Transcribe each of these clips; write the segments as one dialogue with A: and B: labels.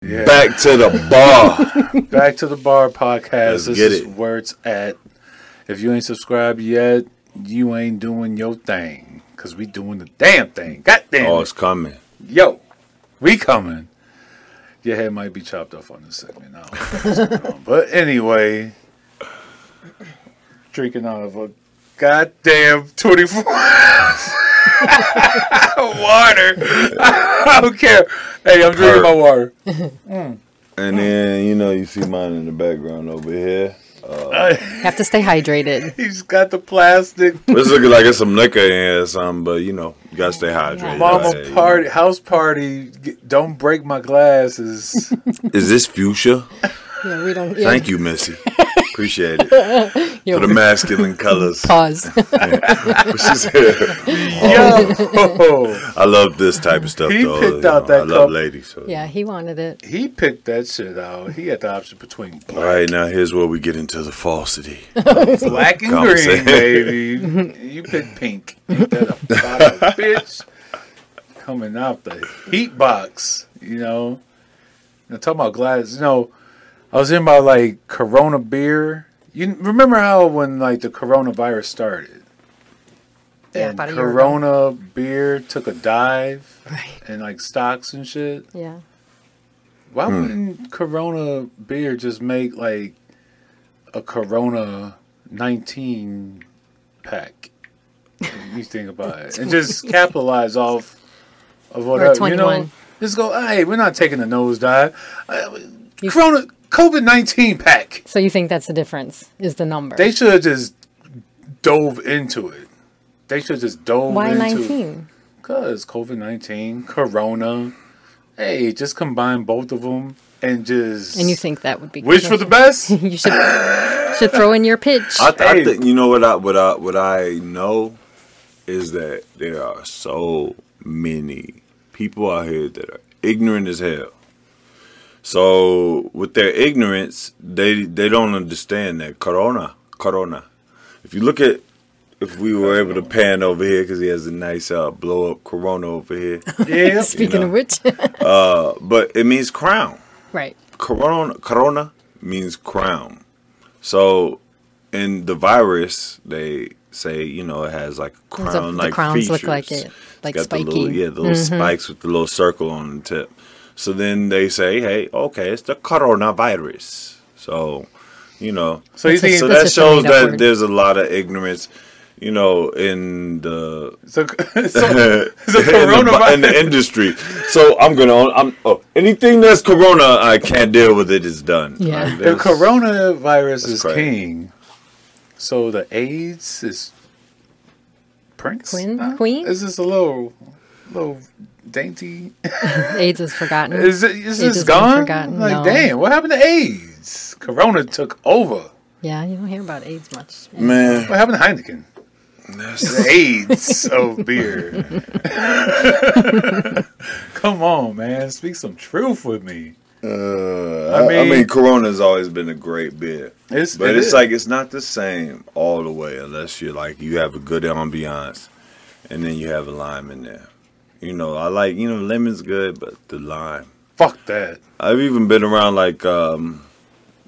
A: Yeah.
B: Back to the bar.
A: Back to the bar podcast.
B: Let's
A: this
B: get
A: is
B: it.
A: where it's at. If you ain't subscribed yet, you ain't doing your thing. Cause we doing the damn thing. God damn.
B: oh,
A: it.
B: it's coming.
A: Yo, we coming. Your head might be chopped off on this segment. I don't know what's going on. But anyway, drinking out of a goddamn 24 ounce water. I don't care. Hey, I'm drinking my water.
B: And then you know you see mine in the background over here.
C: Have to stay hydrated.
A: He's got the plastic
B: It's looking like it's some liquor in here or something, but you know, you gotta stay hydrated.
A: mama
B: Like,
A: party, house party. G- Don't break my glasses.
B: Is this fuchsia?
C: Yeah, we don't.
B: Thank you, Missy. Appreciate it. For the masculine colors.
C: Pause.
B: She's here.
A: Yo,
B: I love this type of stuff
A: He
B: though.
A: picked
B: you
A: out
B: know, I
A: that
B: love
A: cup.
B: ladies. So.
C: yeah, he wanted it.
A: he picked that shit out. He had the option between
B: All right, now here's where we get into the falsity.
A: Black and
B: Conversation.
A: green, baby. You pick pink. Ain't that a bottle, bitch? Coming out the heat box, you know. And talking about glass, you know, I was in about like Corona beer. You remember how when like the coronavirus started?
C: Yeah,
A: and
C: about a year ago.
A: Corona beer took a dive
C: Right.
A: and like stocks and shit.
C: Yeah.
A: Why wouldn't Corona beer just make like a Corona 19 pack? you think about it. And just capitalize off of whatever. You know,
C: 21.
A: just go, hey, we're not taking a nosedive. Uh, Corona, COVID 19 pack.
C: So you think that's the difference? Is the number?
A: They should have just dove into it. They should just dove
C: Why
A: into
C: nineteen?
A: Cause COVID nineteen, Corona. Hey, just combine both of them and just
C: And you think that would be
A: wish for the best.
C: you should should throw in your pitch.
B: I, th- I
A: Hey.
B: think you know what I what I what I know is that there are so many people out here that are ignorant as hell. So with their ignorance, they they don't understand that corona corona. If you look at if we were able to pan over here because he has a nice uh, blow up corona over here,
A: yeah,
C: Speaking of which,
B: but it means crown.
C: right?
B: Corona Corona means crown. So in the virus, they say you know it has like
C: what
B: crown
C: the
B: like
C: crowns
B: features.
C: look like it, like
B: It's got the little-
C: spiky. Mm-hmm.
B: yeah, the little spikes with the little circle on the tip. So then they say, hey, okay, it's the coronavirus. So you know,
A: So you
C: That's a-
A: think
B: so
C: that's
B: that
C: just a
B: shows
C: made-up
B: that
C: word.
B: there's a lot of ignorance. You know, in the
A: so, so
B: in the, in the
A: coronavirus.
B: industry. So I'm gonna I'm oh, anything that's corona, I can't deal with it. It's done.
C: Yeah.
B: Like,
A: the
B: that's-
A: coronavirus is
B: crazy.
A: king. So the AIDS is prince
C: Queen?
A: Huh?
C: Queen?
A: Is this a little, little dainty?
C: AIDS is forgotten.
A: Is it? Is
C: AIDS
A: this
C: has been
A: gone?
C: forgotten,
A: Like
C: no.
A: damn, what happened to AIDS? Corona took over.
C: yeah, you don't hear about AIDS much.
B: man.
A: What happened to Heineken?
B: That's,
A: the AIDS of beer. Come on, man. Speak some truth with me.
B: uh,
A: I
B: I, I
A: mean-
B: mean, Corona's always been a great beer,
A: It's,
B: but
A: it
B: it's
A: is.
B: like it's not the same all the way unless you're like you have a good ambiance, and then you have a lime in there. You know, I like you know lemon's good, but the lime.
A: fuck that.
B: I've even been around like um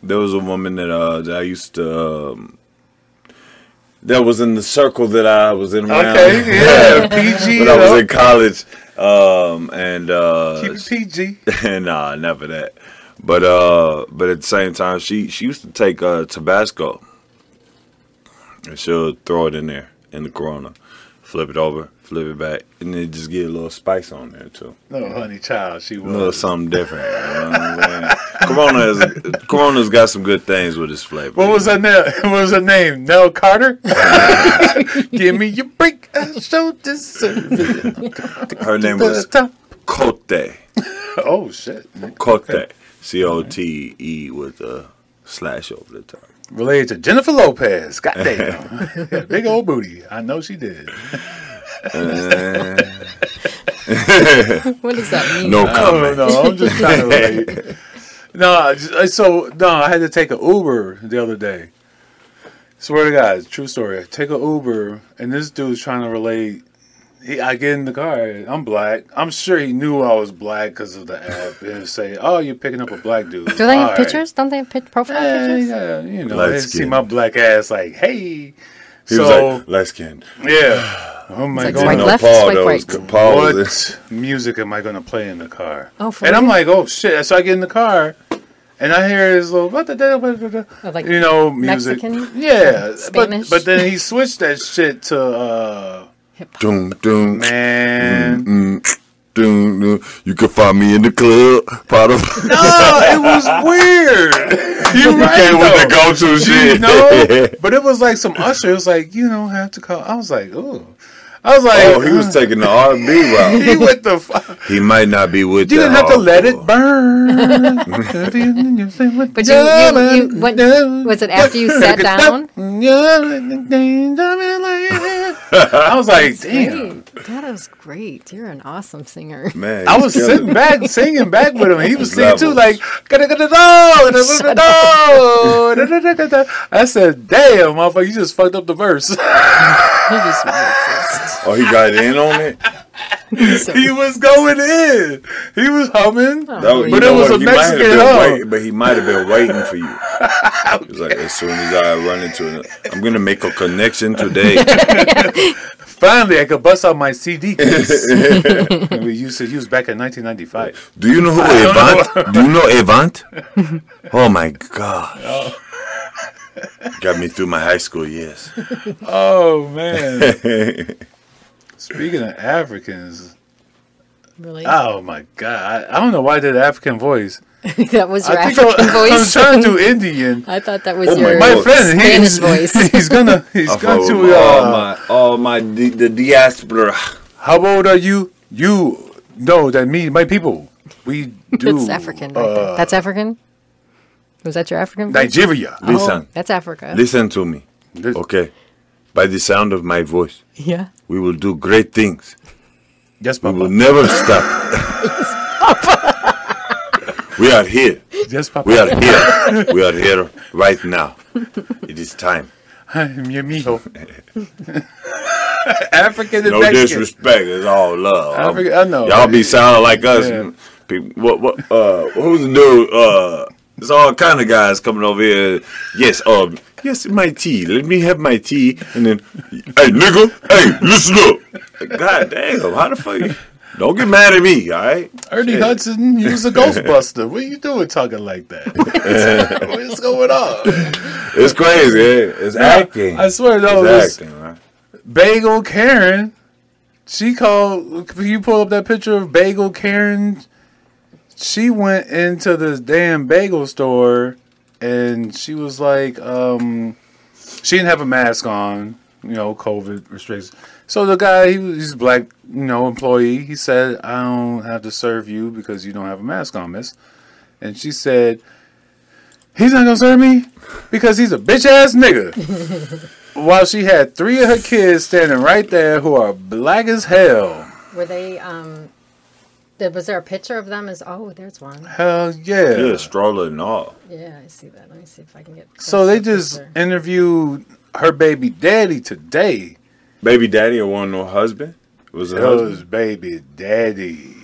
B: there was a woman that uh that I used to um that was in the circle that I was in around
A: Okay, yeah, PG.
B: when
A: it
B: I
A: up.
B: was in college. Um and uh
A: Keep it PG.
B: nah, never that. But uh but at the same time she she used to take uh Tabasco and she'll throw it in there in the corona, flip it over, flip it back, and then just get a little spice on there too
A: No, honey, child, she
B: a little
A: was.
B: something different. You know what I'm saying? Corona is Corona's got some good things with its flavor.
A: What was her name? What was her name? Nell Carter. Give me your break. I so deserve it.
B: her name
A: To the
B: was
A: top.
B: Cote.
A: Oh shit.
B: Cote. C O T E with a slash over the top.
A: Related to Jennifer Lopez. Goddamn. Big old booty. I know she did.
C: What does that mean?
B: No
A: Oh
B: comment.
A: no, I'm just trying to relate. No, I just- I- so no, I had to take an Uber the other day. Swear to God, true story. I take an Uber, and this dude's trying to relate. He, I get in the car. I'm black. I'm sure he knew I was black because of the app, and say, "Oh, you're picking up a black dude."
C: Do they have
A: All right.
C: pictures? Don't they have pic- profile
A: Yeah,
C: pictures?
A: yeah, you know,
B: Light
A: they see
B: skin.
A: my black ass like, hey.
B: He
A: so
B: was like, light skin.
A: yeah. Oh my
C: It's like
A: god.
C: swipe
B: No,
C: left,
B: Paul
C: swipe
B: knows.
C: right.
B: Paul is-
A: What music am I gonna play in the car?
C: Oh, for
A: and I'm
C: real?
A: like, oh shit! So I get in the car, and I hear his little,
C: Of, like,
A: you know, music.
C: Mexican?
A: Yeah, but
C: Spanish?
A: but then he switched that shit to uh,
B: Doom, doom,
A: man.
B: doom, doom. You can find me in the club. Part of
A: No, uh, it was weird. You're right.
B: came with
A: though.
B: the go-to
A: you
B: shit.
A: know, but it was like some usher. It was like you don't have to call. I was like, ooh. I was like,
B: oh, he was taking the R&B route.
A: he went the. Fu-
B: He might not be with
A: You
B: the
A: didn't have to let
B: hardcore.
A: it burn.
C: But
A: but
C: you, you, you what, was it after you sat down?
A: I was like, damn.
C: Great. That was great. You're an awesome singer.
B: Man,
A: I
B: he's
A: was
B: killing
A: sitting
B: it.
A: back, singing back with him. He was singing too,
B: Levels.
A: like, I said, damn, motherfucker, you just fucked up the verse.
C: You just made
B: Oh, he got in on it.
C: it. So-
A: he was going in. He was humming.
B: That was,
A: But
B: you
A: it
B: know
A: was
B: what?
A: a
B: He might have
A: Mexican
B: been
A: hoe.
B: wait- but he might have been waiting for you. He was like, as soon as I run into it, I'm gonna make a connection today.
A: Finally, I could bust out my CD case. we used to use back in 1995.
B: Do you know who Evant? Do you know Evant? Oh my gosh.
A: Oh.
B: Got me through my high school years.
A: Oh, man. Speaking of Africans,
C: really?
B: Ah,
A: oh, my God. I, I don't know why I did African voice.
C: that was your
A: I
C: African
A: I, I was
C: voice.
A: trying to do Indian.
C: I thought that was
B: Oh my
C: your
A: My
B: Voice.
A: friend,
C: Spanish
A: he's,
C: voice.
A: he's gonna, he's gonna to,
B: all Oh,
A: uh,
B: my, all my di- the diaspora.
A: how old are you? You know that me, my people, we do.
C: That's African. Right
B: uh,
C: there. That's African. Was that your African? voice?
A: Nigeria.
C: Oh,
B: Listen,
C: that's Africa.
B: listen to me,
A: This-
B: okay? By the sound of my voice,
C: Yeah.
B: we will do great things.
A: Yes,
B: We will
A: Papa.
B: never stop. we are here.
A: Yes,
B: We
A: Papa.
B: are here. We are here right now. It is time.
A: I'm your mijo. African and
B: No
A: Mexican.
B: disrespect. It's all love.
A: I forget- I know.
B: Y'all be sounding like us.
A: Yeah.
B: People, what what uh what was the dude? Uh there's all kind of guys coming over here. Yes, um yes, my tea. Let me have my tea and then Hey nigga, hey, listen up. God damn, how the fuck you- don't get mad at me, alright?
A: Ernie Hudson, he was a Ghostbuster. what you doing talking like that? What's going on?
B: It's crazy, yeah. It's acting.
A: I swear, though,
B: it's
A: this
B: acting, man.
A: Bagel Karen, she called. Can you pull up that picture of Bagel Karen? She went into this damn bagel store and she was like, um, she didn't have a mask on, you know, COVID restrictions. So the guy, he was, he's a black, you know, employee. He said, I don't have to serve you because you don't have a mask on, miss. And she said, He's not gonna serve me because he's a bitch ass nigga. While she had three of her kids standing right there who are black as hell.
C: Were they? Um, there, was there a picture of them? As oh, there's one.
A: Hell yeah.
B: Yeah, stroller and all.
C: Yeah, I see that. Let me see if I can get.
A: So they
C: closer
A: just
C: picture.
A: interviewed her baby daddy today.
B: Baby daddy or one no husband? Was it husband?
A: His baby daddy.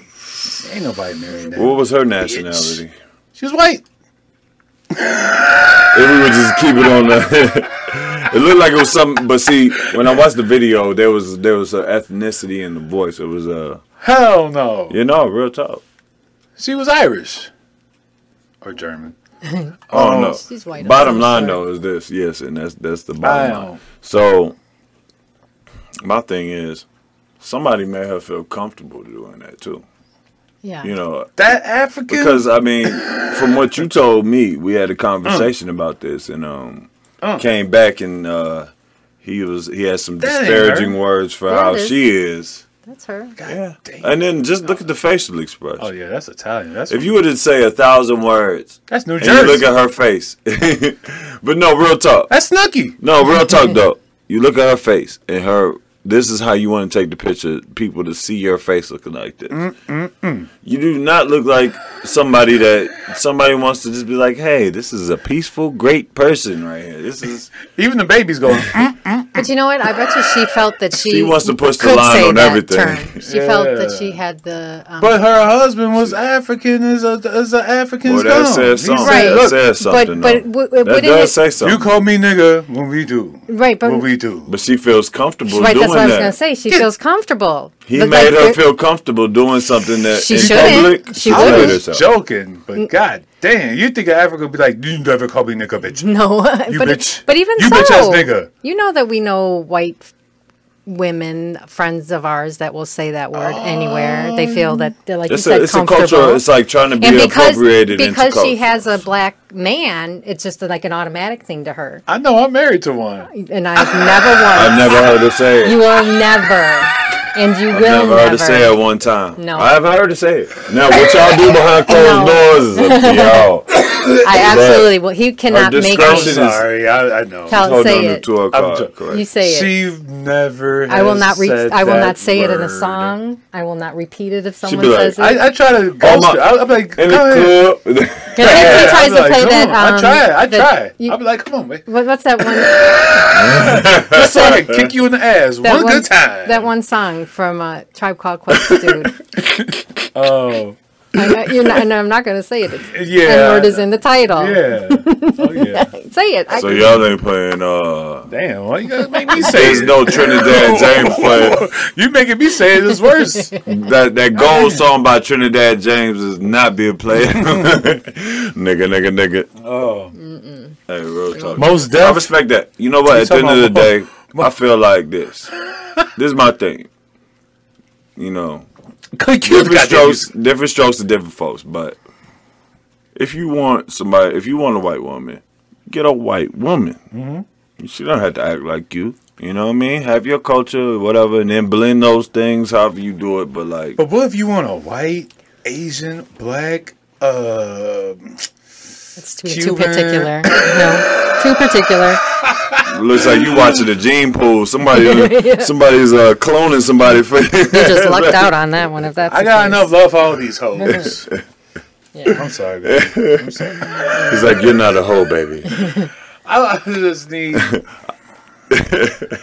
A: Ain't nobody marrying that.
B: What was her nationality?
A: She's white.
B: If we would just keep it on the. it looked like it was something, but see, when I watched the video, there was there was a ethnicity in the voice. It was uh,
A: Hell no.
B: you know, real talk.
A: She was Irish. Or German.
B: I don't know.
C: She's white.
B: Bottom
C: I'm
B: line
C: sorry.
B: though is this, yes, and that's that's the
A: I
B: bottom line.
A: don't.
B: So my thing is, somebody made her feel comfortable doing that too.
C: Yeah.
B: You know,
A: That African
B: Because I mean, from what you told me, we had a conversation about this, and um,
A: Uh.
B: came back and uh, he was he had some
A: That ain't
B: disparaging
A: her.
B: words for
C: That
B: how
C: is.
B: she is.
C: That's her.
B: Yeah,
A: damn.
B: and then just look at the facial expression.
A: Oh yeah, that's Italian. That's
B: If you were to say a thousand words,
A: that's New
B: and you look
A: Jersey.
B: at her face, but no, real talk.
A: That's Snooky.
B: No, real talk though. You look at her face and her This is how you want to take the picture. People to see your face looking like this.
C: Mm,
B: You do not look like somebody that somebody wants to just be like, "Hey, this is a peaceful, great person right here." This is
A: Even the baby's going. "Mm."
C: But you know what? I bet you she felt that she,
B: She wants to push the
C: could
B: line
C: say
B: on
C: that
B: everything.
C: term. She felt that
A: Yeah.
C: she had the. Um,
A: but her husband was African. Is a is an African.
B: well, that says
A: He
B: something.
A: said,
C: Right.
B: That
A: "Look,
B: says
C: but
B: something.
C: but
B: though.
C: w- w-
B: that
C: wouldn't
B: does
C: it-
B: say something.
A: you call me nigga when we do.
C: right? But
A: What we do.
B: but she feels comfortable
C: right,
B: doing
C: that's what I was
B: that.
C: gonna say. She
A: Get-
C: feels comfortable.
B: He
C: Look
B: made
C: like
B: her
C: they're-
B: feel comfortable doing something that
C: She
B: in
C: shouldn't.
B: public
C: She
B: she
C: wouldn't.
B: played
A: I was
B: herself.
A: joking,
C: Mm.
A: but god damn, you think Africa would be like, you never call me nigga, bitch.
C: No,
A: You
C: but
A: bitch.
C: but even
A: You
C: so,
A: bitch ass nigga.
C: you know that we know white f- women friends of ours that will say that word anywhere. They feel that they're like
B: It's
C: you said
B: a it's a
C: comfortable.
B: culture. It's like trying to be
C: and because
B: appropriated
C: because
B: into
C: she
B: culture.
C: has a black man, it's just like an automatic thing to her.
A: I know I'm married to one.
C: And I've never once.
B: I've never heard her say it.
C: You will never, and you
B: I've never
C: will never.
B: heard her say it one time.
C: No.
B: I haven't heard her say it. Now, what y'all do behind closed
C: No.
B: doors is up to y'all.
C: I absolutely will. He cannot make
A: I'm
B: discretion
C: me.
B: is-
A: sorry, I, I know.
C: Tell-
B: Hold
C: say
B: on to
C: it.
B: 12
A: I'm
B: o'clock.
A: joking.
B: correct.
C: You say it.
A: she never.
C: I will
A: has
C: not re-
A: said
C: I will
A: that
C: not say it in a
A: word.
C: song. I will not repeat it if someone
B: be like,
C: says it.
A: I, I try to ghost
B: my-
A: her. I- I'm like,
B: In
A: go ahead.
B: the club.
C: Because if he
A: Yeah,
C: tries
A: I'm
C: to
A: like,
C: play
A: come
C: that,
A: on.
C: um,
A: I try. I
C: the-
A: try.
C: you-
A: I'll be like, come on, man.
C: what, what's that one?
A: That's why I kick you in the ass
C: That
A: one, good time.
C: That one song from uh, Tribe Called Quest, dude.
A: Oh,
C: I know, you're not, no, I'm not going to say it. It's,
A: yeah.
C: N word is in the title.
A: Yeah. Oh yeah.
C: Say it. I,
B: so y'all ain't playing. Uh,
A: Damn. Why you gotta make me say
B: there's
A: it?
B: no Trinidad James playing.
A: You making me say it is worse.
B: That that gold song by Trinidad James is not being played. nigga, nigga, nigga.
A: Oh.
B: Hey, real talk.
A: Most
B: I
A: def.
B: respect that. You know what? At the end of the day, I feel like this. This is my thing. You know,
A: Could you
B: different
A: got
B: strokes, different strokes to different folks. But if you want somebody, if you want a white woman, get a white woman. She don't have to act like you. You know what I mean? Have your culture, whatever, and then blend those things however you do it. But like,
A: But what if you want a white, Asian, black, uh,
C: it's too, too
A: Cuban.
C: particular. No, too particular.
B: looks like you watching the gene pool. Somebody, somebody's uh, cloning somebody for
C: You just lucked out on that one. If that's
A: I
C: the
A: got
C: case.
A: enough love for all these hoes.
C: Yeah.
A: I'm sorry, baby.
B: He's like, you're not a hoe, baby.
A: I, I just need,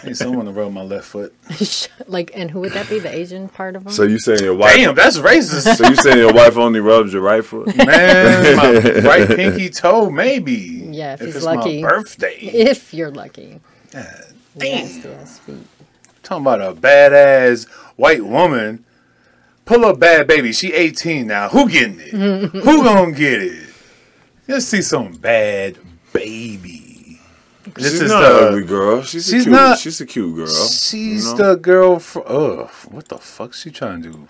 A: need someone to rub my left foot.
C: like, and who would that be? The Asian part of them.
B: So you saying your wife?
A: Damn, that's racist.
B: So you saying your wife only rubs your right foot?
A: Man, my right pinky toe, maybe.
C: Yeah, if he's
A: it's
C: lucky.
A: my birthday.
C: if you're lucky. Nasty ass feet.
A: Talking about a badass white woman. Pull up bad baby. She 18 now. Who getting it? Who gonna get it? Let's see some bad baby. This
B: she's
A: is
B: not
A: the
B: an ugly girl. She's, a
A: she's
B: cute.
A: not-
B: She's a cute girl.
A: she's
B: you know?
A: the girl from oh what the fuck she trying to do?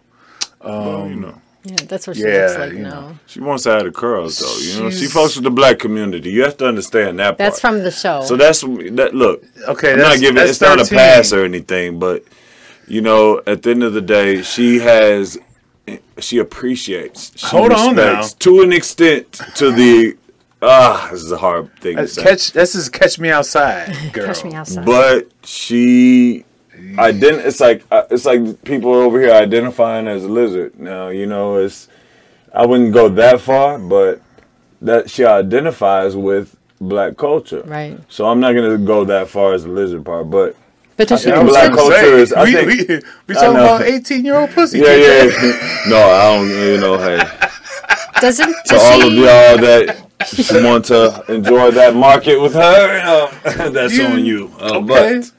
B: Well, you know,
C: Yeah, that's what she
A: Yeah,
C: looks like
A: you know.
C: now.
B: she wants to have the curls though. You know, she
A: She's-
B: fucks with the black community. You have to understand that.
C: That's
B: part.
C: from the show.
B: So that's that. Look,
A: Okay,
B: I'm
A: that's,
B: not giving.
A: that's
B: It's not a
A: 13.
B: pass or anything, but you know, at the end of the day, she has. She appreciates. She
A: Hold on now.
B: respects To an extent, to the ah, this is a hard thing to
A: That's
B: say.
A: Uh, catch this is catch me outside, girl.
C: Catch me outside.
B: but she ident- it's like uh, it's like people over here identifying as a lizard now you know it's i wouldn't go that far but that she identifies with black culture
C: Right.
B: so i'm not gonna go that far as the lizard part but
C: but does she
B: think black
C: consider?
B: culture is- I
A: we,
B: think-
A: we, we
B: I
A: talking
B: know.
A: about 18 year old pussy.
B: yeah yeah no i don't you know hey
C: Doesn't
B: to all of
C: she?
B: y'all that want to enjoy that market with her uh, that's
A: You-
B: on you uh,
A: Okay.
B: but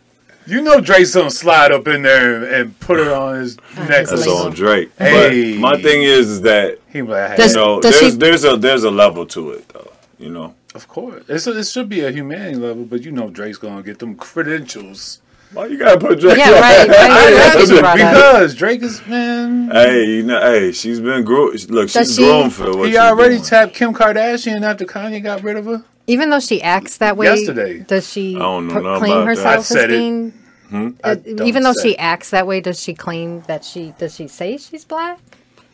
A: you know Drake's gonna slide up in there and, and put her on his neck.
B: that's
C: Uh, Like-
B: on drake
A: Hey.
B: but my thing is, is that
A: He be like, hey,
C: Does-
B: you know,
C: does
B: there's
C: she-
B: there's a there's a level to it though. You know,
A: of course. It's a, it should be a humanity level, but you know Drake's gonna get them credentials.
B: why you gotta put Drake?
C: Yeah,
B: on?
C: right, right, right,
B: Listen,
C: you brought that up.
A: because Drake is man.
B: Hey, you know, hey, she's been grown. Look,
C: Does
B: she's
C: she-
B: grown for what
A: He already
B: Doing.
A: tapped Kim Kardashian after Kanye got rid of her.
C: Even though she acts that way,
A: Yesterday.
C: does she
B: don't know nothing
C: proclaim
B: about that. I
C: herself as
A: said it.
C: being?
A: I
C: Uh,
A: don't
C: even though
A: say
C: she
A: it.
C: acts that way, does she claim that she does she say she's black?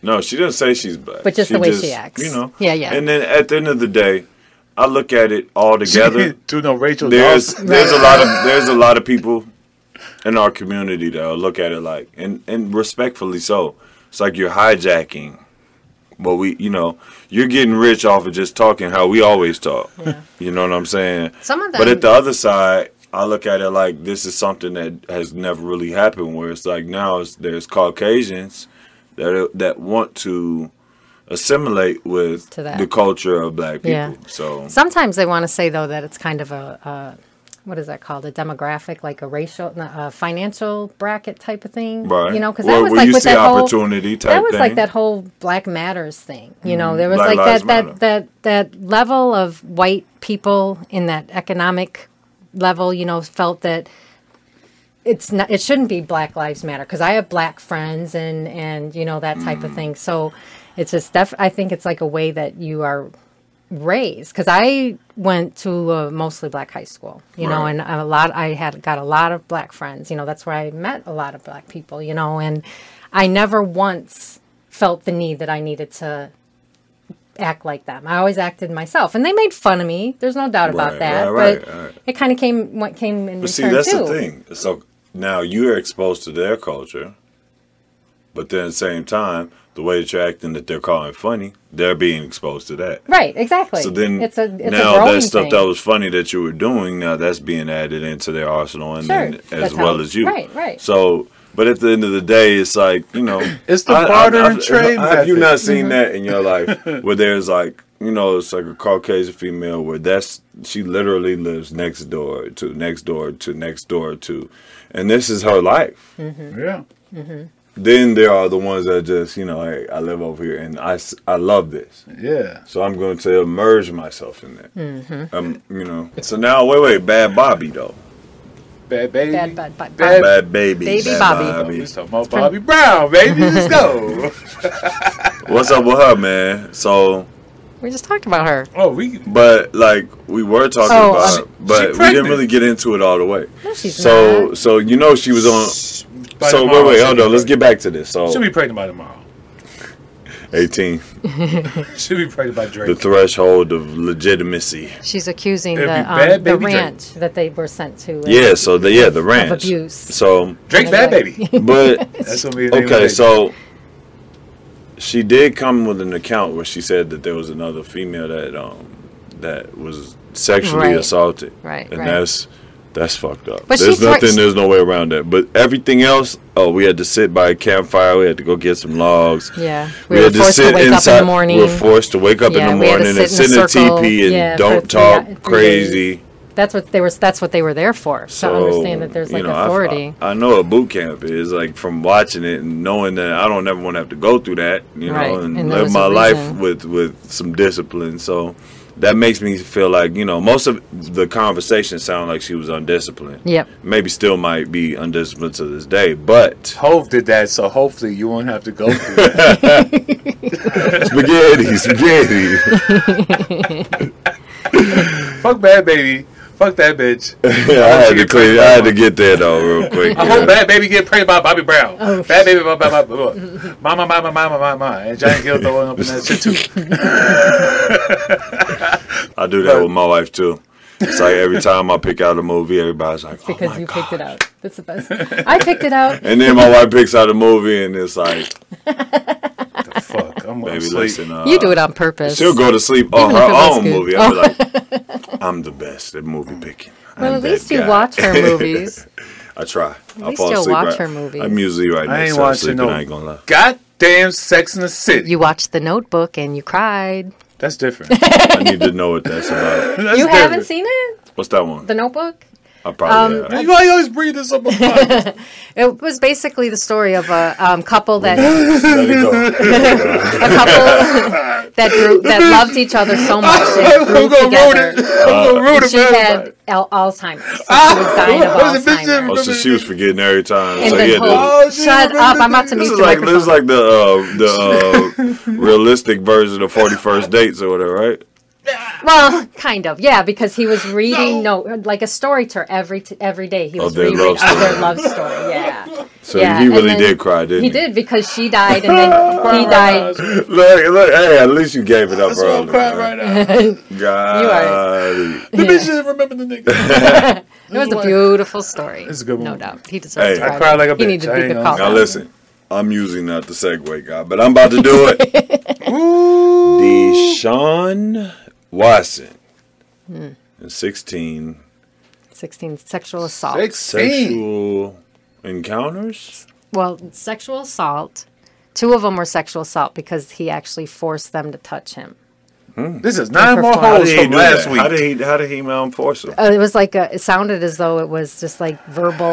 B: no, she doesn't say she's black,
C: But just the way she acts.
B: You know,
C: Yeah, yeah.
B: And then at the end of the day, I look at it all together.
A: do no Rachel
B: there's
A: Dawson.
B: there's a lot of there's a lot of people in our community that look at it like and and respectfully so. It's like you're hijacking. But we, you know, you're getting rich off of just talking how we always talk.
C: Yeah.
B: You know what I'm saying?
C: Some of
B: But
C: them-
B: at the other side, I look at it like this is something that has never really happened. Where it's like now it's, there's Caucasians that that want to assimilate with
C: To that.
B: the culture of black people.
C: Yeah.
B: So
C: Sometimes they want to say though that it's kind of a, a what is that called? A demographic, like a racial, no, a financial bracket type of thing.
B: right,
C: You know, because
B: Or
C: that was
B: where
C: like
B: you
C: with
B: see
C: that whole
B: opportunity type
C: that was
B: thing.
C: like that whole Black Matters thing. You know, there was
B: Mm-hmm. Black
C: like
B: Lives
C: that that,
B: Matter.
C: that that level of white people in that economic level. You know, felt that it's not it shouldn't be Black Lives Matter because I have black friends and and you know that type
B: Mm.
C: of thing. So it's just def- I think it's like a way that you are raised because I went to a mostly black high school, you know,
B: Right.
C: and a lot I had got a lot of black friends, you know, that's where I met a lot of black people, you know, and I never once felt the need that I needed to act like them. I always acted myself, and they made fun of me. There's no doubt about
B: Right,
C: that,
B: right,
C: but
B: right, right.
C: it kind of came what came in
B: But see,
C: return
B: that's
C: too.
B: the thing. So now you're exposed to their culture, but then at the same time, the way that you're acting that they're calling funny, they're being exposed to that.
C: Right, exactly.
B: So then
C: it's a it's a
B: now
C: growing
B: that stuff
C: thing.
B: that was funny that you were doing, now that's being added into their arsenal and
C: Sure,
B: then as
C: that's
B: well
C: how-
B: as you.
C: right, right.
B: So but at the end of the day, it's like, you know,
A: It's the barter and trade
B: Have you
A: method.
B: not
C: Mm-hmm.
B: seen that in your life where there's like, you know, it's like a Caucasian female where that's she literally lives next door to next door to next door to, and this is her life
A: Yeah.
B: then there are the ones that just you know hey i live over here and i s- I love this
A: Yeah.
B: so i'm going to immerse myself in that
C: Mm-hmm.
B: um you know so now wait wait bad bobby though
A: Bad baby.
C: Bad, bad, bad,
A: Bad
B: bad baby
C: Baby
B: Bad
C: Bobby.
A: We talking about Bobby Brown, baby. Let's go.
B: what's up with her man so
C: We just talked about her.
A: oh, we.
B: but like we were talking
C: Oh,
B: about
C: um,
B: it, but we
A: pregnant.
B: didn't really get into it all the way
C: No, she's
B: so
C: not.
B: so you know she was on
A: By
B: so
A: tomorrow,
B: wait wait
A: she'll
B: hold
A: be
B: on let's
A: pregnant.
B: get back to this so
A: She'll be pregnant by tomorrow.
B: 18
A: She'll be pregnant by Drake.
B: the threshold of legitimacy
C: She's accusing
A: It'd be
C: the,
A: bad
C: um, the
A: baby drink.
C: ranch that they were sent to.
B: yeah so the yeah the ranch
C: abuse.
B: so
A: Drake bad baby.
B: but
A: That's gonna be the name of the
B: Okay,
A: baby.
B: so she did come with an account where she said that there was another female that um that was sexually
C: Right.
B: assaulted.
C: Right,
B: And
C: right.
B: that's that's fucked up.
C: But she
B: there's
C: threat-
B: nothing there's no way around that. But everything else, oh, we had to sit by a campfire, we had to go get some logs.
C: Yeah, we, were forced to wake up in the morning.
B: We were forced to wake up
C: Yeah,
B: in the
C: we had to
B: morning and
C: sit
B: sit
C: in a
B: in a
C: circle,
B: teepee and
C: yeah, for
B: don't
C: three-
B: talk
C: three days.
B: crazy.
C: that's what they were. That's what they were there for. to understand that there's
B: you
C: like
B: know, I-
C: authority.
B: I, oh I know what boot camp is like from watching it and knowing that I don't ever want to have to go through that, you
C: Right,
B: know, and,
C: and there
B: live
C: was a
B: my life
C: reason.
B: with with some discipline. So that makes me feel like you know most of the conversation sound like she was undisciplined.
C: Yep.
B: Maybe still might be undisciplined to this day, but
A: Hove did that, so hopefully you won't have to go through that.
B: spaghetti, spaghetti.
A: Fuck bad baby. Fuck that bitch.
B: I had to
A: get
B: clean. I had to get there though, real quick.
A: I
B: yeah.
A: hope Bad Baby get pregnant by Bobby Brown.
C: Oh,
A: Bad Baby, by Bobby, Brown. mama, mama, mama, mama, and Johnny Gill throwing up in that shit too.
B: I do that
A: But-
B: with my wife too. It's like every time I pick out a movie, everybody's like, "Oh
C: because
B: my
C: you
B: God."
C: picked it out. That's the best. I picked it out.
B: And then my wife picks out a movie, and it's like,
A: Fuck, I'm gonna
B: baby,
A: sleep.
B: listen, uh,
C: You do it on purpose.
B: She'll go to sleep on
C: Even if it
B: her
C: was
B: own
C: good.
B: movie. I'll be like, I'm the best at movie picking.
C: well,
B: I'm
C: at
B: that
C: least you
B: guy."
C: watch her movies.
B: I try. I
C: least
B: fall
C: you'll
B: asleep.
C: watch
B: right-
C: her movies.
B: I'm usually right
A: I
B: next
A: ain't
B: to her
A: watching
B: sleeping.
A: no
B: I ain't gonna lie.
A: goddamn Sex in the City.
C: You watched The Notebook and you cried.
A: That's different. That's
B: I need to know what that's about.
C: you
A: different.
C: haven't seen it,
B: What's that one?
C: The Notebook.
B: I probably
C: um,
B: have.
A: You always bring this up. on podcast.
C: It was basically the story of a um, couple that
B: Let it go.
C: a couple that grew that loved each other so much they
A: I'm
C: grew
A: gonna ruin
C: together.
A: it. I'm gonna ruin it.
C: She
A: for everybody.
C: had al- Alzheimer's. So
A: Ah,
C: she was dying of
A: was the bitch that-
C: Alzheimer's.
B: Oh, so she was forgetting every time.
C: And
B: so
C: the
B: yeah,
C: whole-
B: the,
A: Oh, she
C: Shut up! I'm about to
B: this
A: remembered
C: mute
B: is
C: the
B: like
C: microphone.
B: this is like the uh, the uh, realistic version of Forty First Dates or whatever, right?
C: Well, kind of, yeah, because he was reading no, like a story to her every t- every day. He
B: Of Oh,
C: was
B: their
C: reading
B: love
C: of their
B: story.
C: love story. Yeah,
B: So
C: Yeah,
B: he
C: and
B: really
C: then
B: did cry, didn't
C: he
B: he?
C: did because she died, and then he died.
B: Look, look, hey, at least you gave it up,
A: That's why
B: bro.
A: I'm crying right now.
B: God.
A: The bitch didn't remember the nigga.
C: It was a beautiful story.
A: It's a good
C: No
A: one.
C: doubt. He deserves
B: Hey.
A: I
C: credit.
A: cried like a
C: He
A: bitch.
C: needed
A: I
C: to be
A: ain't
C: the
A: gonna
C: call.
A: lie.
B: Now listen, I'm usually not the segue guy, but I'm about to do it. Deshaun Watson in 16
C: 16 sexual assault.
A: Sixteen.
B: sexual encounters.
C: Well, sexual assault. Two of them were sexual assault because he actually forced them to touch him.
A: This is nine more
C: How did
A: holes from last
B: How
A: week.
B: did he? How did he malforce him?
C: Uh, it was like a, it sounded as though it was just like verbal,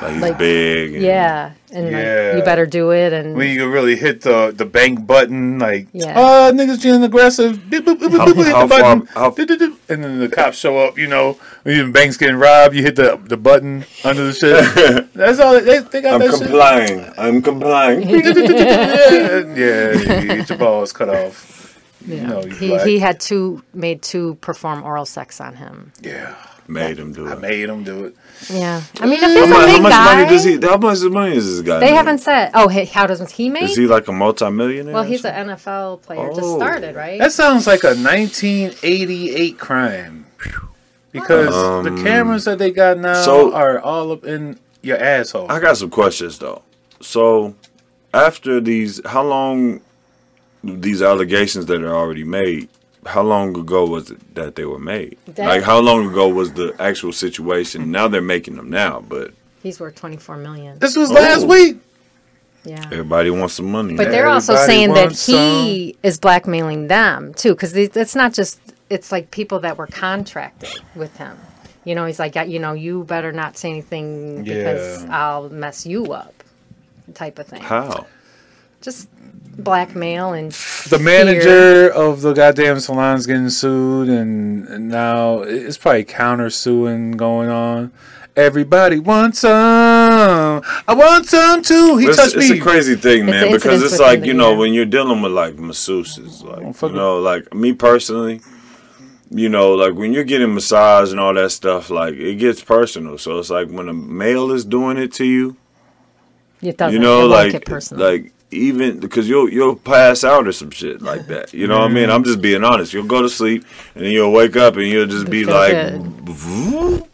B: Like he's
C: like-
B: big. and-
C: yeah, and
A: Yeah.
C: like you better do it, and
A: When you can really hit the the bank button, like,
C: Yeah.
A: oh, niggas being aggressive. Boop, boop, boop, boop,
B: How-
A: boop, hit
B: how
A: the button.
B: far- how-
A: Doop, doop, doop. And then the cops show up, you know, when your bank's getting robbed, you hit the, the button under the shit. That's all. They, they got
B: I'm
A: that shit.
B: complying. I'm complying.
A: yeah, yeah, you get your balls cut off. You know, you
C: he
A: black.
C: he had two made two perform oral sex on him.
A: yeah,
B: Made him do
A: I
B: it.
A: made him do it.
C: Yeah, I mean, if he's
B: how
C: a
B: much, how
C: big
B: much
C: guy,
B: money does he? How much money does this guy?
C: they
B: make?
C: haven't said. Oh, he, how does he make?
B: Is he like a multimillionaire?
C: well,
B: or
C: he's
B: something?
C: an NFL player, just
B: Oh.
C: started, right?
A: That sounds like a 1988 crime because the cameras that they got now
B: Um, so-
A: are all up in your asshole.
B: I got some questions though. So, after these, how long these allegations that are already made? How long ago was it that they were made?
C: That-
B: like, how long ago was the actual situation? Now they're making them now, but
C: he's worth twenty four million.
A: this was last
B: Oh.
A: week.
C: Yeah.
B: everybody wants some money.
C: But they're also
A: Everybody
C: saying that
A: wants
C: he is blackmailing them too, because it's not just it's like people that were contracted with him. You know, he's like, "Yeah, you know, you better not say anything because
A: Yeah.
C: I'll mess you up, type of thing.
B: how?
C: Just blackmail and
A: The manager of the goddamn salon's getting sued, and and now it's probably counter suing going on. Everybody wants some. I want some too. He
B: It's,
A: touched
B: it's
A: me.
B: a crazy thing,
C: It's
B: man,
C: an
B: because
C: incident
B: it's
C: within
B: like
C: the
B: you know
C: year.
B: when you're dealing with like masseuses, like
A: fuck
B: you know, like me personally, you know, like when you're getting massage and all that stuff, like it gets personal. So it's like when a male is doing it to you,
C: It doesn't,
B: you know,
C: get
B: like
C: personal.
B: like even because you'll you'll pass out or some shit like that. You know what I mean? I'm just being honest. You'll go to sleep and then you'll wake up and you'll just be
C: feel
B: like,
C: good.
B: "Vroom."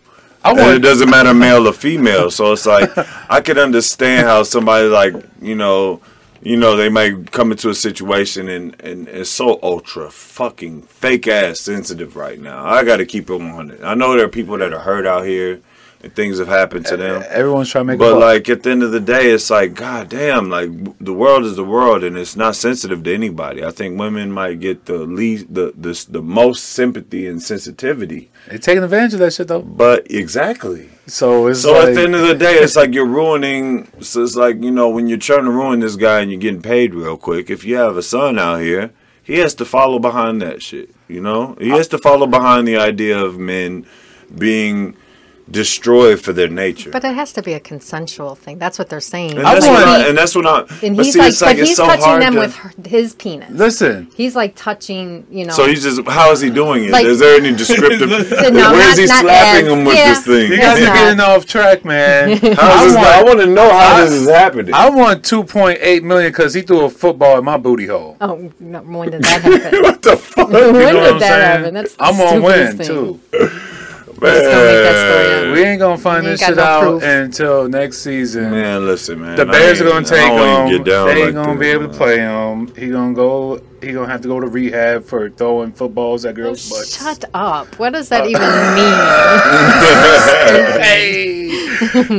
A: I
B: and it
A: want.
B: doesn't matter male or female. So it's like I can understand how somebody like you know, you know, they might come into a situation and and it's so ultra fucking fake ass sensitive right now. I got to keep it 100. I know there are people that are hurt out here and things have happened to them.
A: Everyone's trying to make. a
B: But
A: buck.
B: like at the end of the day, it's like God damn, like w- the world is the world, and it's not sensitive to anybody. I think women might get the least, the the, s- the most sympathy and sensitivity.
A: they're taking advantage of that shit though.
B: But exactly.
A: So it's
B: So
A: like,
B: at the end of the day, it's like you're ruining. So it's like you know when you're trying to ruin this guy and you're getting paid real quick. If you have a son out here, he has to follow behind that shit. You know, he has to follow behind the idea of men being destroyed for their nature.
C: but it has to be a consensual thing. That's what they're saying.
B: And that's,
A: want-
B: what I,
C: he-
B: and that's what I.
C: and
B: but
C: he's
B: see,
C: like,
B: it's like
C: but
B: it's
C: he's
B: so
C: touching
B: hard
C: them
B: to-
C: with her, his penis.
A: listen.
C: he's like touching, you know.
B: So he's just. How is he doing it? Is
C: Like-
B: there any descriptive?
A: No,
B: where is
C: not-
B: he
C: not
B: slapping
C: as-
B: him with
C: yeah.
B: this thing?
A: You
C: That's
A: guys are
C: not-
A: getting off track, man.
B: How is this- I want to know how this is happening.
A: I want 2.8 million because he threw a football in my booty hole.
C: oh, no, when did that happen?
B: what the fuck, man?
C: when
A: You know what
C: did
A: I'm
C: that
A: saying?
C: happen? That's the
A: I'm gonna win
C: stupidest thing.
A: too.
C: that story
A: We ain't gonna find
C: You ain't
A: this
C: got
A: shit
C: no
A: out
C: proof.
A: until next season.
B: Man, listen, man.
A: The
B: I
A: Bears are
B: ain't-
A: gonna
B: I
A: take
B: don't even
A: him.
B: get down
A: They ain't
B: like
A: gonna
B: this,
A: be able to
B: man.
A: play him. He gonna go. He gonna have to go to rehab for throwing footballs at girls' butts.
C: Oh, Shut up. What does that
A: Uh,
C: even mean?
A: Hey,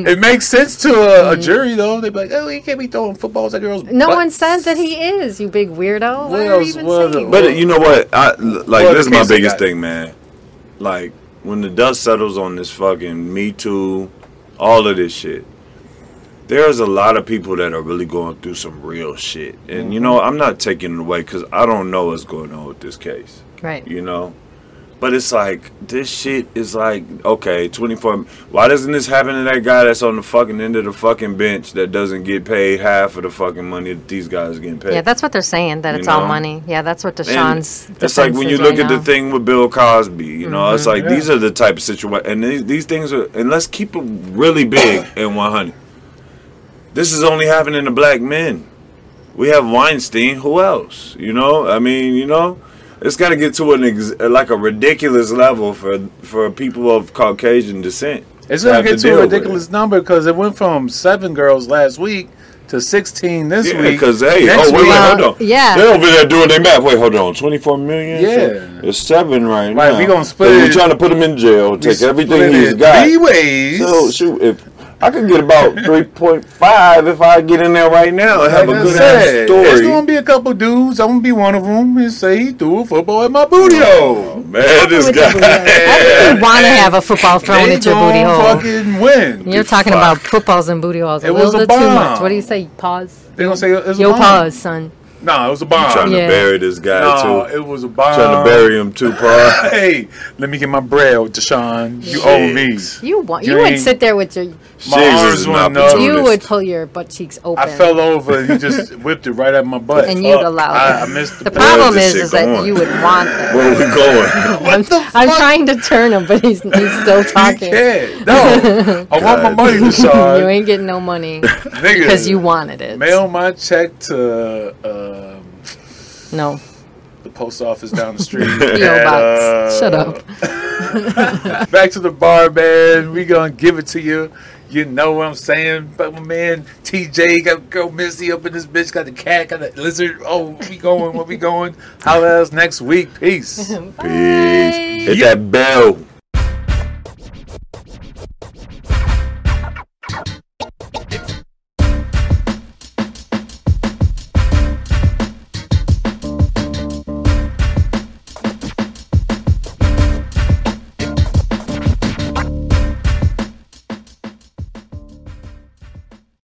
A: it makes sense to a, a jury though. They be like, oh, he can't be throwing footballs at girls'
C: Mm. No
A: butts.
C: one says that he is, you big weirdo. What
A: What
C: are
A: else
C: you even
A: was
C: saying?
A: it?
B: But you know what? I like
A: Well,
B: this is my
A: depends on
B: biggest
A: that.
B: thing, man. Like when the dust settles on this fucking Me Too, all of this shit. There's a lot of people that are really going through some real shit, and you know I'm not taking it away because I don't know what's going on with this case.
C: Right.
B: You know. But it's like this shit is like okay, twenty four. Why doesn't this happen to that guy that's on the fucking end of the fucking bench that doesn't get paid half of the fucking money that these guys are getting paid?
C: Yeah, that's what they're saying, that
B: You
C: it's all
B: know?
C: money. Yeah, that's what
B: And
C: Deshaun's.
B: it's like when you look at the
C: thing.
B: thing with Bill Cosby, you know, it's like
A: Yeah.
B: these are the type of situation, and these, these things are, and let's keep it really big and 100. This is only happening to black men. We have Weinstein, who else? You know, I mean, you know, It's got to get to an ex- like a ridiculous level for for people of Caucasian descent.
A: It's gonna
B: have
A: get to
B: deal
A: a
B: with it.
A: ridiculous number because it went from seven girls last week to sixteen this
B: Yeah,
A: week.
B: because hey,
A: Next
B: oh wait,
A: week-
B: wait, hold on.
C: yeah.
B: they over there doing their math. Wait, hold on. Twenty-four million.
A: Yeah.
B: it's seven right, now.
A: Right, we gonna split
B: So we
A: it-
B: trying to put him in jail.
A: we
B: Take everything
A: split
B: he's
A: it
B: got. Oh,
A: Three ways.
B: So shoot, if I could get about three point five if I get in there right now and have
A: Like
B: a
A: I
B: good
A: said,
B: ass
A: There's gonna
B: story.
A: be a couple dudes. I'm gonna be one of them and say he threw a football at my booty hole.
B: Oh, Man, this
C: With the booty hole.
B: guy.
C: I really want to have a football thrown
A: They
C: at your booty
A: gonna
C: hole.
A: fucking win.
C: You're talking about footballs and booty holes.
A: It
C: a little
A: was a
C: bit too much.
A: bomb.
C: What do you say? Pause.
A: They're gonna say it was
C: Yo,
A: a bomb.
C: pause, son.
A: No, it was a bomb.
B: Trying
C: Yeah.
B: to bury this guy
A: no,
B: too.
A: it was uh, a bomb.
B: Trying to bury him too, Paul.
A: Hey, let me get my bread, Deshaun. You owe me.
B: Jeez.
C: You want?
A: You
C: You would
A: ain't-
C: sit there with your.
A: My
B: Shiggs
A: arms
B: is an
A: went numb.
B: opportunist.
A: Noticed.
C: You would pull your butt cheeks open.
A: I fell over and you just whipped it right at my butt.
C: And you'd
A: Fuck.
C: allow
A: I,
C: it.
A: I missed the,
C: The
A: ball.
C: problem
B: this
C: is,
B: shit
C: is that
B: going.
C: you would want that.
B: Where we going?
A: What the fuck?
C: I'm trying to turn him, but he's, he's still
A: You
C: talking. You
A: can't. No. I want my
B: God.
A: money, Deshaun.
C: ain't getting no money
A: Nigga.
C: because you wanted it.
A: Mail my check to um,
C: No,
A: the post office down the street.
C: PO
A: And, uh,
C: box. Shut up.
A: Back to the bar, man. We gonna give it to you. You know what I'm saying? But my man TJ got girl Missy up in this bitch. Got the cat. Got the lizard. Oh, we going? Where we going? Holla at us next week. Peace.
B: Peace. Hit that bell.